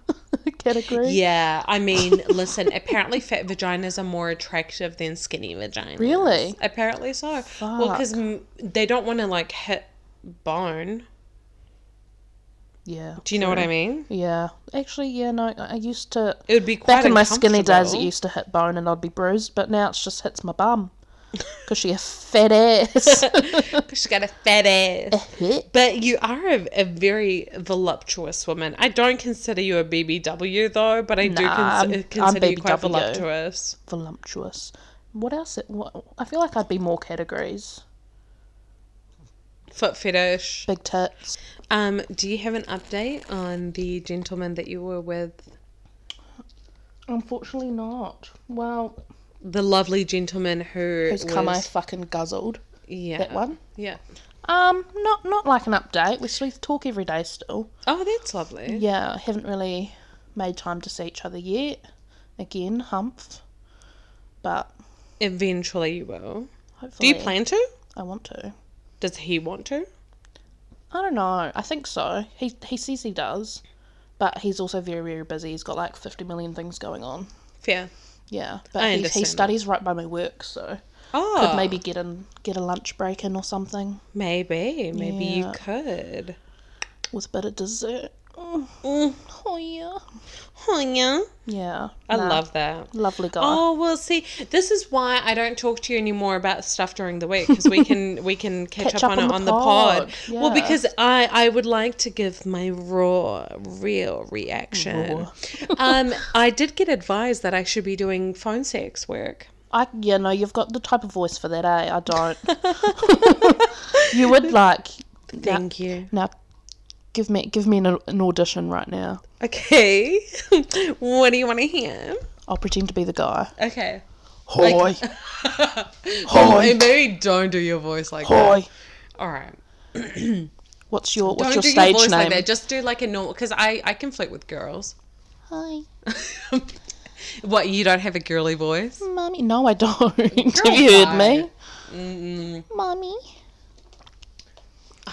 S2: a category?
S1: Yeah, I mean, listen, apparently fat vaginas are more attractive than skinny vaginas.
S2: Really?
S1: Apparently so. Well, because they don't want to like hit bone.
S2: Yeah.
S1: Do you know what I mean?
S2: Yeah. Actually, yeah, no, I I used to.
S1: It would be quite
S2: Back in my skinny days, it
S1: uncomfortable.
S2: used to hit bone and I'd be bruised, but now it just hits my bum. Because she a fat ass.
S1: 'Cause she's got a fat ass. But you are a, a very voluptuous woman. I don't consider you a BBW though, but I do
S2: Nah, I'm-
S1: cons-
S2: I'm
S1: consider you quite
S2: BBW.
S1: voluptuous.
S2: Voluptuous. What else? it- What, I feel like I'd be more categories.
S1: Foot fetish.
S2: Big tits.
S1: Um, do you have an update on the gentleman that you were with?
S2: Unfortunately, not. Well,
S1: The lovely gentleman who
S2: who's
S1: was,
S2: come I fucking guzzled.
S1: yeah
S2: That one.
S1: Yeah.
S2: Um, not not like an update. We still talk every day still.
S1: Oh, that's lovely.
S2: Yeah, haven't really made time to see each other yet. Again, hump. But
S1: Eventually you will. Do
S2: hopefully,
S1: you plan to?
S2: I want to.
S1: Does he want to?
S2: I don't know. I think so. He he says he does, but he's also very very busy. He's got like fifty million things going on.
S1: Fair.
S2: Yeah, but
S1: I
S2: he, he
S1: understand that.
S2: studies right by my work, so
S1: Oh,
S2: could maybe get in get a lunch break in or something
S1: maybe, maybe you
S2: Yeah.
S1: could.
S2: with a bit of dessert. Mm. Mm. Oh yeah.
S1: Oh, yeah.
S2: Yeah.
S1: I
S2: nah,
S1: love that.
S2: Lovely guy.
S1: Oh well, see, this is why I don't talk to you anymore about stuff during the week because we can we can catch, up, on, it on the pod.
S2: pod,
S1: Well,
S2: yeah.
S1: because I I would like to give my raw, real reaction. um, I did get advised that I should be doing phone sex work.
S2: I yeah no, you've got the type of voice for that, eh? I don't. you would like
S1: Thank you.
S2: now. Give me give me an, an audition right now.
S1: Okay, what do you want to hear?
S2: I'll pretend to be the guy.
S1: Okay.
S2: Hoi,
S1: Hey, Maybe don't do your voice like that.
S2: hoi.
S1: All right.
S2: What's your what's
S1: Don't
S2: your
S1: do
S2: stage
S1: your voice like
S2: name?
S1: that. Just do like a normal, because I I can flirt with girls.
S2: Hi,
S1: What you don't have a girly voice?
S2: mommy. No, I don't.
S1: Girl,
S2: Have you heard
S1: why?
S2: me? Mommy.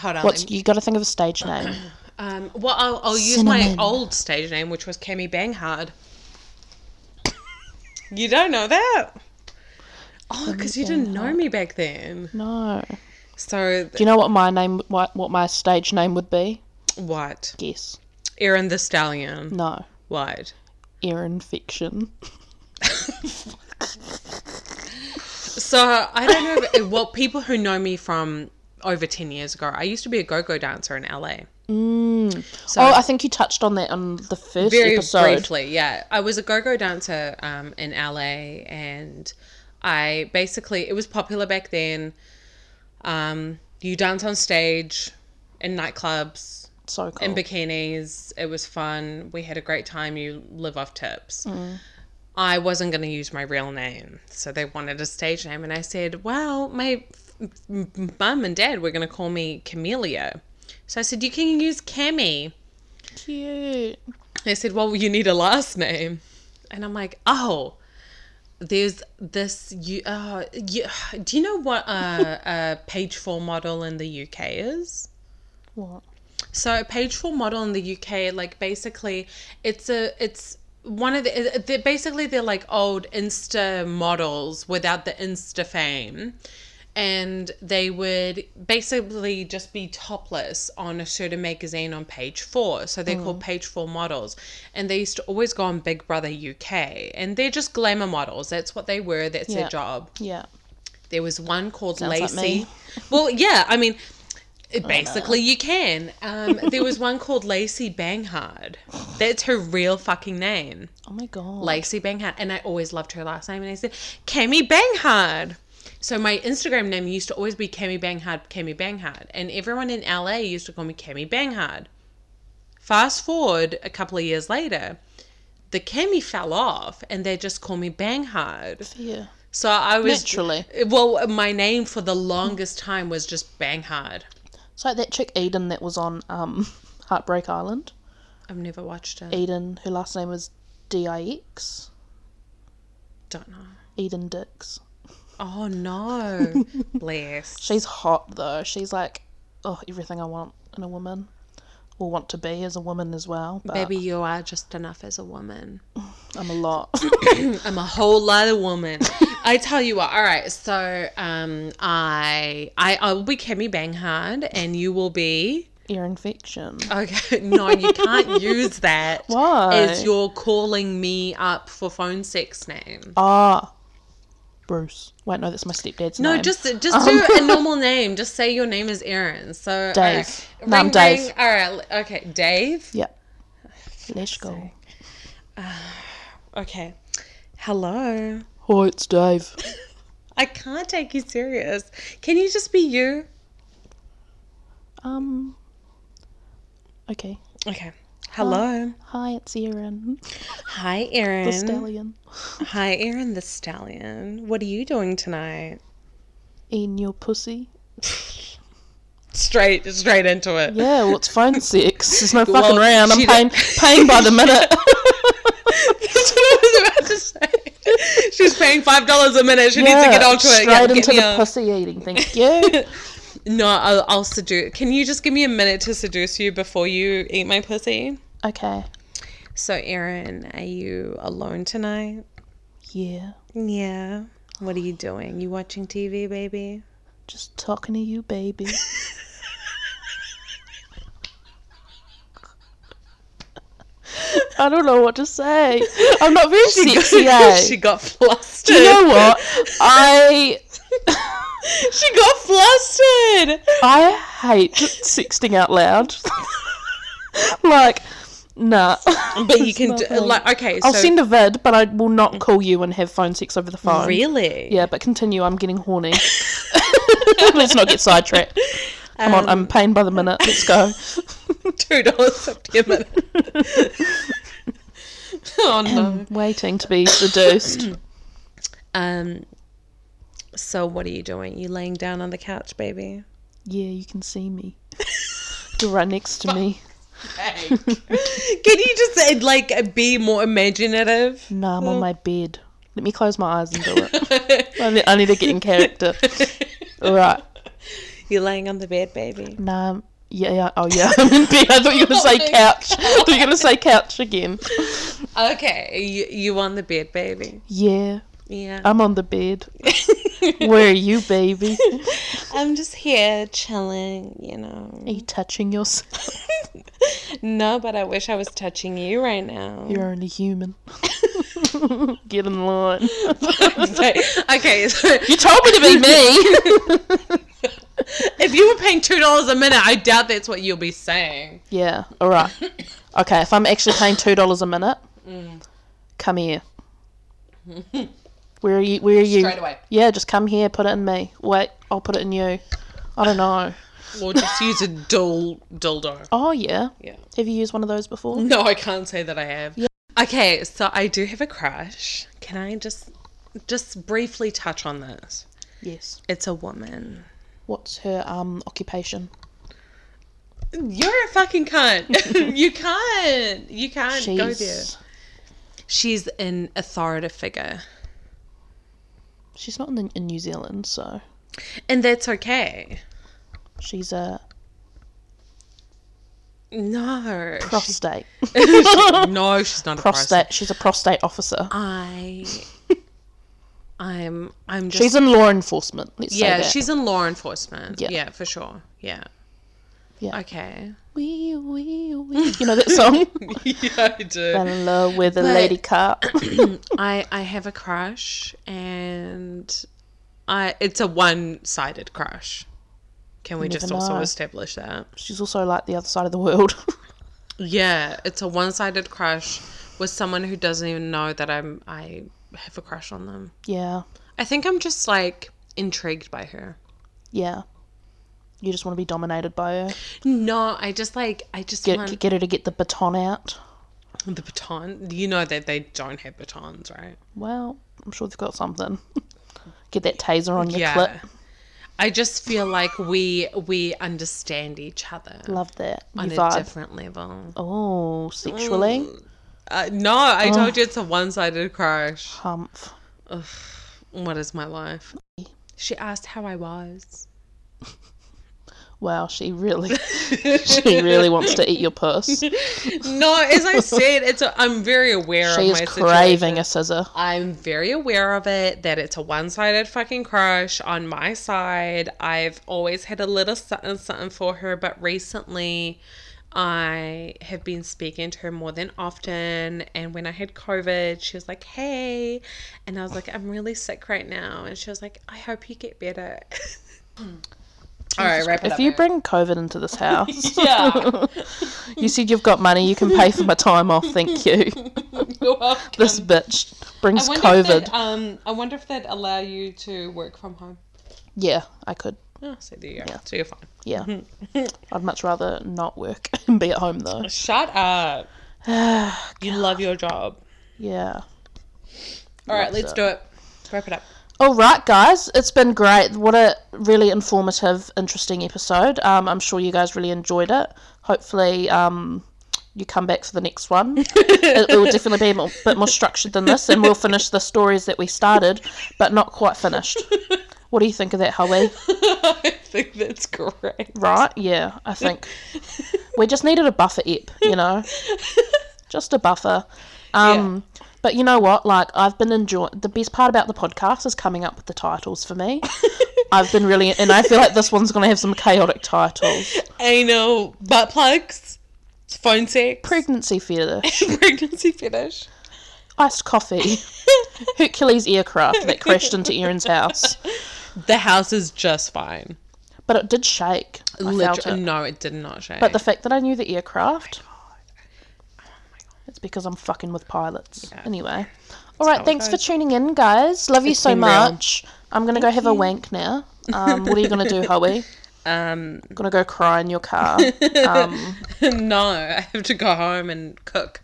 S1: Hold on. let
S2: What's
S1: me-
S2: you got to think of a stage name?
S1: um, well, I'll, I'll use my
S2: Cinnamon.
S1: old stage name, which was Cami Banghard. you don't know that? Oh, because you didn't know me back then.
S2: no.
S1: So
S2: Do you know what my name what what my stage name would be?
S1: what?
S2: Guess.
S1: Erin the Stallion.
S2: No.
S1: What?
S2: Ear infection.
S1: So I don't know. If, well, people who know me from over ten years ago, I used to be a go-go dancer in LA.
S2: Mm.
S1: So
S2: oh, I think you touched on that on the first
S1: very
S2: episode.
S1: briefly yeah i was a go-go dancer um, in la and i basically it was popular back then um, you dance on stage in nightclubs
S2: So cool.
S1: in bikinis it was fun we had a great time you live off tips i wasn't going to use my real name so they wanted a stage name and i said well my f- m- mum and dad were going to call me camellia so i said you can use cammy
S2: Cute.
S1: they said, "Well, you need a last name," and I'm like, "Oh, there's this. You, uh, you do you know what a, a page four model in the UK is?
S2: What?
S1: So a page four model in the UK, like basically, it's a it's." One of the they're basically they're like old Insta models without the Insta fame, and they would basically just be topless on a certain magazine on page four. So they're called page four models. And they used to always go on Big Brother UK. And they're just glamour models. That's what they were. That's
S2: Yeah.
S1: their job.
S2: Yeah.
S1: There was one called
S2: Sounds like
S1: Lacey.
S2: me. Oh,
S1: well, yeah, I mean, basically you can. Um, there was one called Lacey Banghard. That's her real fucking name.
S2: Oh my god.
S1: Lacey Banghard, and I always loved her last name, and I said Cami Banghard. So my Instagram name used to always be Cami Banghard, Cami Banghard, and everyone in LA used to call me Cami Banghard. Fast forward a couple of years later, the Cami fell off, and they just call me Banghard.
S2: yeah.
S1: So I was
S2: Naturally.
S1: well, my name for the longest time was just Banghard.
S2: It's like that chick Eden that was on um Heartbreak Island.
S1: I've never watched it.
S2: Eden, her last name was D I X.
S1: Don't know.
S2: Eden Dix.
S1: Oh no, bless.
S2: She's hot though. She's like, oh, everything I want in a woman, or want to be as a woman as well. But
S1: Baby, you are just enough as a woman.
S2: I'm a lot.
S1: I'm a whole lot of woman. I tell you what. All right, so um, I I I will be Kemi Banghard, and you will be
S2: Ear infection.
S1: okay. No, you can't use that.
S2: Why?
S1: As you're calling me up for phone sex name.
S2: Ah. Bruce. Wait, no, that's my stepdad's
S1: No,
S2: name.
S1: just
S2: Um,
S1: just do a normal name. Just say your name is Erin. So all right.
S2: Dave. No, I'm
S1: Ring,
S2: Dave.
S1: ring. All right. Okay, Dave.
S2: Yep. Let's go.
S1: Okay. Hello.
S2: Oh, it's Dave.
S1: I can't take you serious. Can you just be you?
S2: Um. Okay.
S1: Okay. Hello.
S2: Hi, it's Erin.
S1: Hi, Erin.
S2: The stallion.
S1: Hi, Erin the Stallion. What are you doing tonight?
S2: Eating your pussy.
S1: Straight, straight into it.
S2: Yeah, well, it's phone sex. There's no
S1: Well,
S2: fucking round. I'm
S1: she
S2: paying, paying by the minute.
S1: That's what I was about to say. She's paying five dollars a minute. She needs to get
S2: Yeah,
S1: onto it.
S2: Straight
S1: Yeah, get
S2: into
S1: me
S2: the
S1: a-
S2: pussy eating. Thank you.
S1: No, I'll, I'll seduce. Can you just give me a minute to seduce you before you eat my pussy?
S2: okay.
S1: So, Erin, are you alone tonight?
S2: Yeah.
S1: Yeah. What are you doing? You watching TV, baby?
S2: Just talking to you, baby. I don't know what to say. I'm not very sexy, eh?
S1: got, she got flustered.
S2: Do you know what? I
S1: she got flustered.
S2: I hate sexting out loud. like, nah.
S1: But you can do,
S2: It's not
S1: like okay. So Mm.
S2: I'll send a vid, but I will not call you and have phone sex over the phone.
S1: really.
S2: Yeah, but continue. I'm getting horny. Let's not get sidetracked. Come on,
S1: Um,
S2: I'm paying by the minute. Let's go.
S1: Two dollars fifty a minute. oh no.
S2: Waiting to be seduced.
S1: Um. So what are you doing? You laying down on the couch, baby?
S2: yeah, you can see me. You're right next to me.
S1: Can you just uh, like be more imaginative?
S2: No, I'm on my bed. Let me close my eyes and do it. I need, I need to get in character. All right.
S1: You're laying on the bed, baby.
S2: Nah. I'm- Yeah, yeah. Oh, yeah. I'm in bed. I thought you were going to
S1: Oh
S2: say
S1: my
S2: couch. I thought you were going to say couch again.
S1: Okay, you you on the bed, baby.
S2: Yeah,
S1: Yeah.
S2: I'm on the bed. Um, Where are you, baby?
S1: I'm just here chilling, you know.
S2: Are you touching yourself?
S1: no, but I wish I was touching you right now.
S2: You're only human. Get in line.
S1: okay, so
S2: You told me to be me.
S1: if you were paying two dollars a minute, I doubt that's what you'll be saying.
S2: yeah, all right. Okay, if I'm actually paying $2 a minute,
S1: Mm.
S2: come here. Where are you? Where are you?
S1: Straight away.
S2: Yeah, just come here, put it in me. Wait, I'll put it in you. I don't know.
S1: Or just use a dull dildo.
S2: Oh, yeah.
S1: Yeah. Mm.
S2: Have you used one of those before?
S1: No, I can't say that I have. Okay, so I do have a crush. Can I just just briefly touch on this?
S2: Yes.
S1: It's a woman.
S2: What's her um occupation?
S1: You're a fucking cunt. you can't. You can't go there.
S2: She's
S1: She's an authoritative figure.
S2: she's not in, the, in New Zealand, so
S1: And that's okay.
S2: she's a
S1: No.
S2: prostate
S1: no, she's not a prostate.
S2: prostate. She's a prostate
S1: Um,
S2: officer.
S1: I I'm I'm just
S2: She's in law enforcement. Let's say
S1: Yeah,
S2: that.
S1: she's in law enforcement.
S2: Yeah.
S1: Yeah. for sure. Yeah.
S2: Yeah.
S1: Okay.
S2: wee wee wee. You know that song?
S1: yeah, I
S2: Fell
S1: do.
S2: in love with a lady car.
S1: I I have a crush and I it's a one-sided crush. Can we just also
S2: know.
S1: establish that?
S2: she's also like the other side of the world.
S1: Yeah, it's a one-sided crush with someone who doesn't even know that I'm I have a crush on them.
S2: yeah,
S1: I think I'm just like intrigued by her.
S2: yeah. You just want to be dominated by her.
S1: No, I just like I just
S2: Get
S1: want
S2: get her to get the baton out.
S1: the baton. You know that they don't have batons, right?
S2: Well, I'm sure they've got something. Get that taser on your
S1: yeah.
S2: clip.
S1: I just feel like we we understand each other
S2: Love that.
S1: on
S2: You
S1: a
S2: vibe.
S1: different level.
S2: oh, sexually?
S1: Uh, no,
S2: Oh.
S1: I told you it's a one-sided crush.
S2: Humph.
S1: What is my life? She asked how I was.
S2: Wow, she really, she really wants to eat your puss. She
S1: No, as I said, it's a, I'm very aware of
S2: is
S1: my situation.
S2: craving a scissor.
S1: I'm very aware of it that it's a one sided fucking crush on my side. I've always had a little something something for her, but recently I have been speaking to her more than often. And when I had COVID, she was like, Hey. And I was like, I'm really sick right now. And she was like, I hope you get better. All right, wrap it
S2: If
S1: up.
S2: you
S1: babe.
S2: bring COVID into this house,
S1: yeah,
S2: you said you've got money, you can pay for my time off, thank you.
S1: you're welcome.
S2: This bitch
S1: I
S2: brings
S1: wonder if
S2: COVID.
S1: they'd, um, I wonder if they'd allow you to work from home.
S2: Yeah, I could.
S1: Oh, so there you go. So you're fine.
S2: Yeah. I'd much rather not work and be at home though.
S1: Shut up. you love your job.
S2: Yeah.
S1: All right, let's do it. Wrap it up.
S2: All right, guys, it's been great. What a really informative, interesting episode. Um, I'm sure you guys really enjoyed it. Hopefully, um, you come back for the next one. it, it will definitely be a mo- bit more structured than this, and we'll finish the stories that we started, but not quite finished. What do you think of that, Howie?
S1: I think that's great.
S2: Right? Yeah, I think we just needed a buffer ep, you know, just a buffer. Um, But you know what? Like, I've been enjoying the best part about the podcast is coming up with the titles for me. I've been really, and I feel like this one's going to have some chaotic titles.
S1: Anal butt plugs. Phone sex.
S2: Pregnancy fetish.
S1: Pregnancy fetish.
S2: Iced coffee. Hercules aircraft that crashed into Aaron's house.
S1: The house is just fine.
S2: But it did shake. I felt
S1: Literally,
S2: it.
S1: no, it did not shake.
S2: But the fact that I knew the aircraft.
S1: Oh
S2: It's because I'm fucking with pilots. Anyway. All right,
S1: it
S2: thanks for
S1: goes.
S2: tuning in, guys. Love you so
S1: been real.
S2: much. I'm going to go have a wank now. Um, what are you going to do, Hoey?
S1: um,
S2: going to go cry in your car. Um,
S1: no, I have to go home and cook.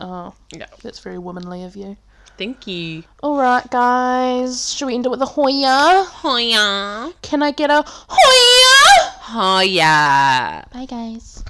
S2: oh,
S1: Yeah.
S2: that's very womanly of you.
S1: Thank you.
S2: All right, guys. Should we end it with a Hoya?
S1: Hiya.
S2: Can I get a Hoya?
S1: Hiya.
S2: Bye, guys.